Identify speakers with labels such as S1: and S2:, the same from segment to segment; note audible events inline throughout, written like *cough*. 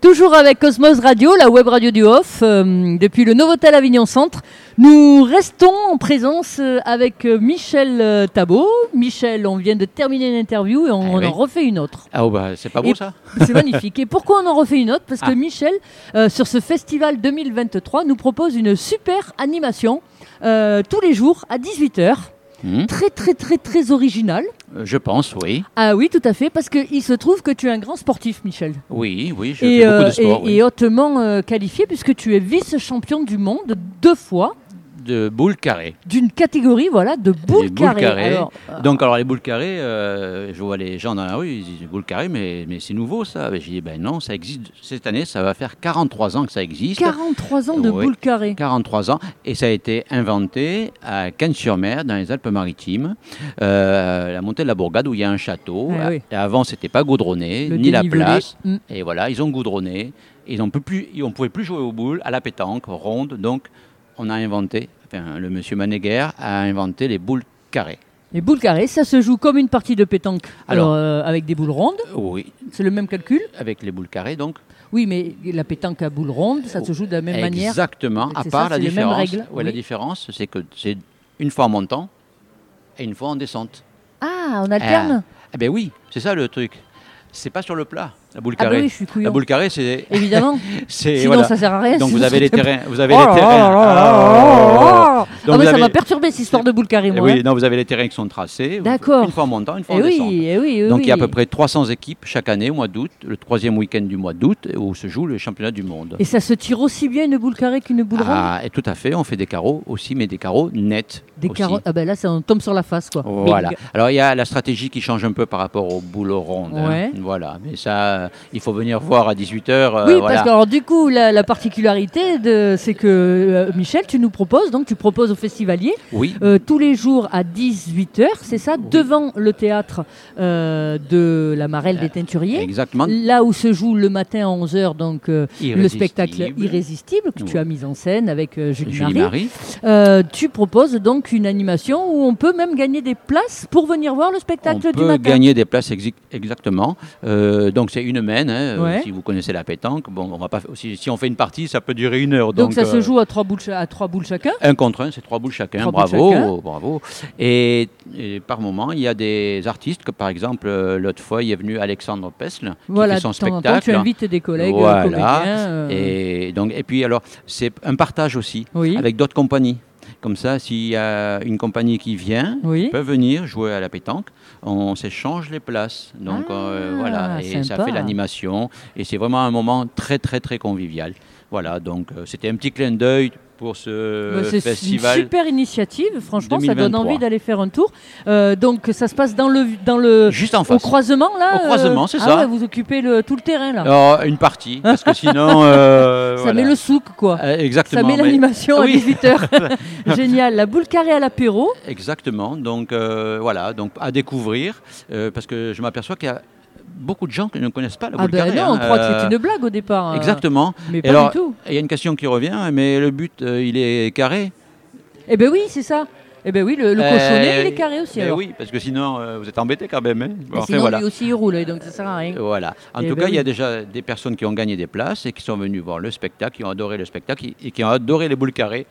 S1: toujours avec Cosmos Radio, la web radio du off, euh, depuis le Novotel Avignon Centre. Nous restons en présence euh, avec euh, Michel euh, Tabot. Michel, on vient de terminer l'interview et on,
S2: Eh oui.
S1: en refait une autre.
S2: Ah, oh, bah, c'est pas beau
S1: Et-
S2: ça
S1: C'est magnifique. Et pourquoi on en refait une autre Parce que
S2: Ah.
S1: Michel, euh, sur ce festival 2023, nous propose une super animation euh, tous les jours à 18h.
S2: Hmm,
S1: Très, très, très, très originale.
S2: euh, Je pense, oui.
S1: Ah oui, tout à fait, parce qu'il se trouve que tu es un grand sportif, Michel.
S2: Oui, oui, je
S1: et,
S2: fais beaucoup
S1: euh,
S2: de sport.
S1: et-
S2: oui.
S1: et hautement euh, qualifié puisque tu es vice-champion du monde deux fois
S2: De boules carrées.
S1: d'une catégorie voilà de boules
S2: boules
S1: carrées.
S2: carrées.
S1: Alors, euh,
S2: Donc, alors, les boules carrées, euh, je vois les gens dans la rue, ils disent boules carrées, mais, mais c'est nouveau ça. Mais J'ai dit, ben non, ça existe. Cette année, ça va faire 43 ans que ça existe.
S1: 43 ans de
S2: Oui.
S1: boules carrées.
S2: 43 ans, et ça a été inventé à Cannes-sur-Mer, dans les Alpes-Maritimes, euh, la montée de la Bourgade, où il y a un château.
S1: Ah oui.
S2: Et Avant, c'était pas goudronné,
S1: Le
S2: ni la
S1: dénivelé.
S2: place.
S1: Mm.
S2: Et voilà, ils ont goudronné. Ils ont peut plus, et on pouvait plus jouer aux boules, à la pétanque, aux rondes. Donc, on a inventé, enfin, le monsieur Manéguer a inventé les boules carrées.
S1: Les boules carrées, ça se joue comme une partie de pétanque. Alors,
S2: Alors-
S1: euh, avec des boules rondes,
S2: Oui,
S1: c'est le même calcul.
S2: avec les boules carrées, donc.
S1: Oui, mais la pétanque à boules rondes, ça se joue de la même manière.
S2: Exactement, à
S1: C'est
S2: part
S1: ça,
S2: la
S1: c'est les mêmes
S2: différence.
S1: règles,
S2: ouais, La
S1: oui.
S2: différence, c'est que c'est une fois en montant et une fois en descente.
S1: Ah, on alterne.
S2: Ah ben oui, c'est ça le truc. C'est pas sur le plat, la boule
S1: Ah bah
S2: carrée.
S1: oui, je suis couillon.
S2: La boule carrée, c'est. *laughs*
S1: Évidemment.
S2: c'est-
S1: Sinon,
S2: voilà.
S1: ça sert à rien.
S2: Donc vous
S1: sinon,
S2: avez les
S1: c'est-
S2: terrains. Vous avez
S1: Oh
S2: les
S1: là
S2: terrains.
S1: là là là là là.
S2: Ah.
S1: Ah
S2: Donc
S1: ouais,
S2: vous
S1: ça
S2: avez-
S1: m'a perturbé cette histoire de boules carrées,
S2: Eh
S1: moi.
S2: oui, non, vous avez les terrains qui sont tracés. vous-
S1: D'accord.
S2: Une fois en montant, une fois
S1: Eh
S2: en descente.
S1: oui, eh oui, eh
S2: Donc il y a à
S1: oui.
S2: peu près 300 équipes chaque année au mois d'août, le troisième week-end du mois d'août, où se joue le championnat du monde.
S1: Et ça se tire aussi bien une boule carrée qu'une boule ronde
S2: Ah, et tout à fait, on fait des carreaux aussi, mais des carreaux nets.
S1: Des
S2: aussi.
S1: carreaux- Ah ben là, ça on tombe sur la face, quoi.
S2: Voilà.
S1: Bing.
S2: Alors il y a la stratégie qui change un peu par rapport au boulot rond.
S1: Ouais.
S2: Voilà. Mais ça, euh, il faut venir voir à euh, 18h.
S1: oui, parce que alors, du coup, la, la particularité, de, c'est que euh, Michel, tu nous proposes, donc tu proposes aux festivaliers
S2: Oui.
S1: euh, tous les jours à 18h, c'est ça, devant le théâtre euh, de la Marelle des Teinturiers,
S2: Euh, Exactement.
S1: là où se joue le matin à 11h, donc euh, le
S2: Irrésistible.
S1: spectacle irrésistible que tu
S2: Oui.
S1: as mis en scène avec euh, Julie,
S2: Julie
S1: Marie.
S2: Marie.
S1: Euh, tu proposes donc une animation où on peut même gagner des places pour venir voir le
S2: On
S1: spectacle du
S2: peut
S1: matin.
S2: gagner des places exi- exactement. Euh, donc c'est une main. hein, euh,
S1: Ouais.
S2: Si vous connaissez la pétanque, bon, on va pas. Si, si on fait une partie, ça peut durer une heure.
S1: Donc,
S2: Donc,
S1: ça se
S2: euh,
S1: joue à trois boules, cha- à trois boules chacun.
S2: Un contre un, c'est trois boules chacun.
S1: Trois boules
S2: bravo,
S1: chacun.
S2: bravo. Et, et par moment, il y a des artistes que, par exemple, euh, l'autre fois, il est venu Alexandre Pesle
S1: Voilà,
S2: qui fait son
S1: de temps en
S2: spectacle.
S1: temps, tu invites des collègues euh,
S2: Voilà.
S1: comédiens. euh,
S2: Et donc, et puis alors, c'est un partage aussi
S1: Oui.
S2: avec d'autres compagnies. Comme ça, s'il y a une compagnie qui vient,
S1: Oui.
S2: ils peuvent venir jouer à la pétanque. On s'échange les places. Donc
S1: Ah,
S2: euh, voilà, et ça
S1: sympa.
S2: fait l'animation. Et c'est vraiment un moment très très très convivial. Voilà, donc euh, c'était un petit clin d'œil pour ce
S1: Bah, c'est
S2: festival.
S1: une super initiative, franchement, ça donne
S2: 2023.
S1: envie d'aller faire un tour. Euh, donc ça se passe dans le dans le
S2: Juste en
S1: au
S2: face.
S1: croisement là.
S2: Au croisement, c'est
S1: ah
S2: ça.
S1: ouais, vous occupez le, tout le terrain là.
S2: Alors, Oh, une partie, parce que sinon.
S1: *laughs*
S2: euh,
S1: ça
S2: voilà.
S1: met le souk quoi.
S2: Euh,
S1: ça
S2: Exactement.
S1: met
S2: mais-
S1: l'animation
S2: Oui.
S1: à
S2: *laughs*
S1: 18h. Génial, la boule carrée à l'apéro.
S2: Exactement. Donc euh, voilà, donc à découvrir, euh, parce que je m'aperçois qu'il y a beaucoup de gens qui ne connaissent pas la
S1: Ah
S2: boule
S1: ben
S2: carrée,
S1: non, on
S2: hein.
S1: croit que
S2: Euh,
S1: c'est une blague au départ. hein.
S2: Exactement.
S1: Mais
S2: Et
S1: pas
S2: alors,
S1: du tout.
S2: Il y a une question qui revient, mais le but, euh, il est carré.
S1: Eh ben oui, c'est ça. Eh ben oui, le, le
S2: Euh,
S1: cochonnet, il est carré aussi.
S2: eh
S1: alors.
S2: oui, parce que sinon, euh, vous êtes embêté quand même. hein. Bon,
S1: Mais
S2: enfin,
S1: sinon,
S2: voilà. Euh,
S1: lui aussi, il roule, donc ça sert à rien.
S2: Voilà. En
S1: Eh
S2: tout
S1: ben
S2: cas, il y a
S1: oui.
S2: déjà des personnes qui ont gagné des places et qui sont venues voir le spectacle, qui ont adoré le spectacle et- et qui ont adoré les boules carrées.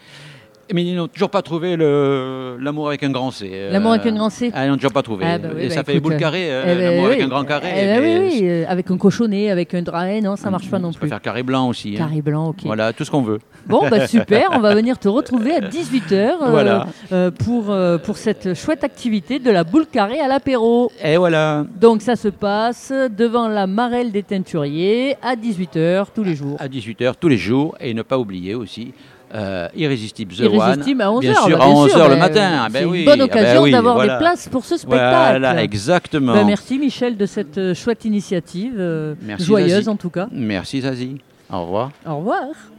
S2: Mais ils n'ont toujours pas trouvé le- l'amour avec un grand C. euh,
S1: L'amour avec un grand C.
S2: Ah, ils n'ont toujours pas trouvé.
S1: Ah, bah oui,
S2: et
S1: bah
S2: ça fait
S1: écoute,
S2: boule
S1: euh,
S2: carré, euh,
S1: Eh ben
S2: l'amour avec
S1: oui.
S2: un grand carré.
S1: Eh ben
S2: mais Mm,
S1: oui, oui, euh, avec un cochonnet, avec un drap, eh non, ça marche pas non
S2: On peut
S1: plus.
S2: faire carré blanc aussi. hein.
S1: Carré blanc, ok.
S2: Voilà, tout ce qu'on veut.
S1: Bon,
S2: *laughs*
S1: bah super, on va venir te retrouver à 18h
S2: Voilà.
S1: pour, euh, pour cette chouette activité de la boule carrée à l'apéro.
S2: Et voilà,
S1: Donc ça se passe devant la Marelle des Teinturiers à 18h tous les jours.
S2: à 18h tous les jours. Et ne pas oublier aussi euh, Irrésistible The
S1: Irrésistible à bah,
S2: One.
S1: 11h.
S2: bien sûr, à 11h le matin. Ah, ben
S1: euh, c'est
S2: oui,
S1: une bonne
S2: ah, ben
S1: occasion
S2: oui,
S1: d'avoir
S2: voilà.
S1: des places pour ce spectacle.
S2: Voilà, exactement.
S1: Ben, merci Michel de cette euh, chouette initiative, euh,
S2: Merci,
S1: joyeuse
S2: Zazie.
S1: en tout cas.
S2: Merci Zazie. Au revoir.
S1: Au revoir.